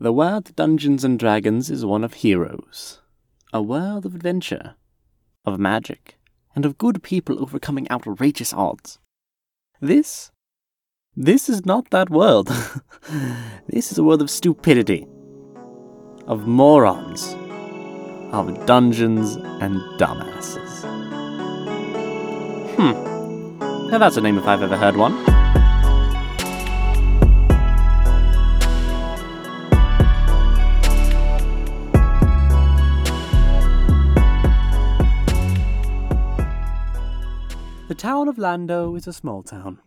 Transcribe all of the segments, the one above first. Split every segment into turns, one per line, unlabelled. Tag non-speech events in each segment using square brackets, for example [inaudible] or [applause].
The word Dungeons and Dragons is one of heroes, a world of adventure, of magic, and of good people overcoming outrageous odds. This. This is not that world. [laughs] this is a world of stupidity, of morons, of dungeons and dumbasses. Hmm. Now that's a name if I've ever heard one. The town of Lando is a small town,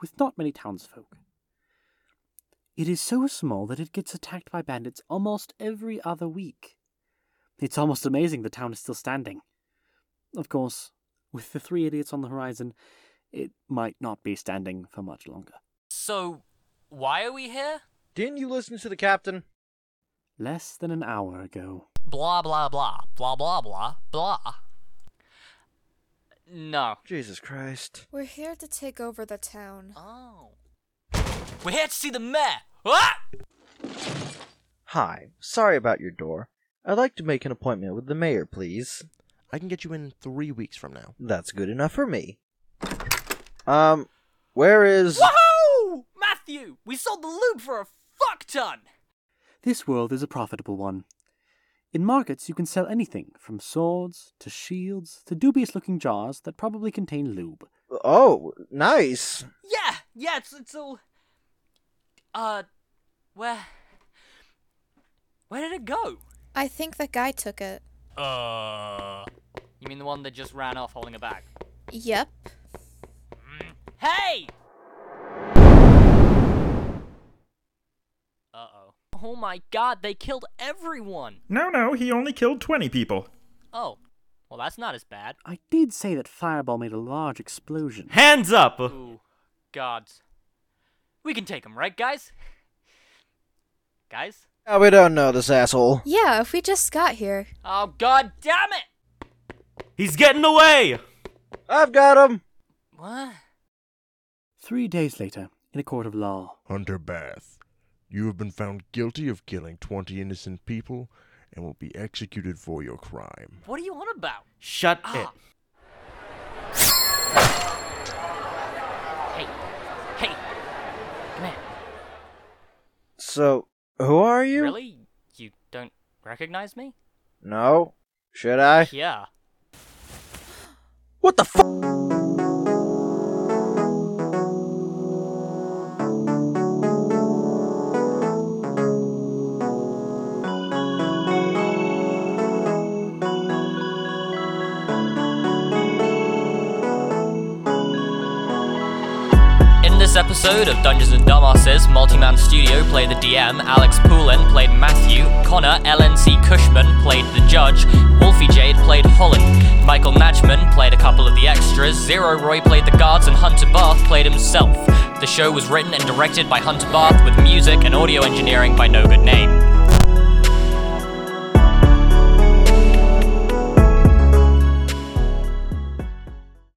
with not many townsfolk. It is so small that it gets attacked by bandits almost every other week. It's almost amazing the town is still standing. Of course, with the three idiots on the horizon, it might not be standing for much longer.
So, why are we here?
Didn't you listen to the captain?
Less than an hour ago.
Blah, blah, blah. Blah, blah, blah, blah. No.
Jesus Christ.
We're here to take over the town.
Oh. We're here to see the mayor! Ah!
Hi, sorry about your door. I'd like to make an appointment with the mayor, please.
I can get you in three weeks from now.
That's good enough for me. Um, where is.
Woohoo! Matthew! We sold the loot for a fuck ton!
This world is a profitable one. In markets, you can sell anything from swords to shields to dubious looking jars that probably contain lube.
Oh, nice.
Yeah, yeah, it's, it's all. Uh, where. Where did it go?
I think that guy took it.
Uh. You mean the one that just ran off holding a bag?
Yep.
Hey! Uh oh. Oh my god, they killed everyone!
No, no, he only killed 20 people.
Oh. Well, that's not as bad.
I did say that Fireball made a large explosion.
Hands up!
Ooh, gods. We can take them, right, guys? Guys?
Oh, we don't know this asshole.
Yeah, if we just got here.
Oh, god damn it!
He's getting away!
I've got him!
What?
Three days later, in a court of law,
Hunter Bath, you have been found guilty of killing 20 innocent people and will be executed for your crime.
What are you on about?
Shut
Ah.
it.
Hey, hey, come here.
So, who are you?
Really? You don't recognize me?
No. Should I?
Yeah.
What the fuck?
In this episode of Dungeons and Dumbasses, Multiman Studio played the DM, Alex Poulin played Matthew, Connor LNC Cushman played the judge, Wolfie Jade played Holland, Michael Natchman played a couple of the extras, Zero Roy played the guards, and Hunter Barth played himself. The show was written and directed by Hunter Barth with music and audio engineering by No Good Name.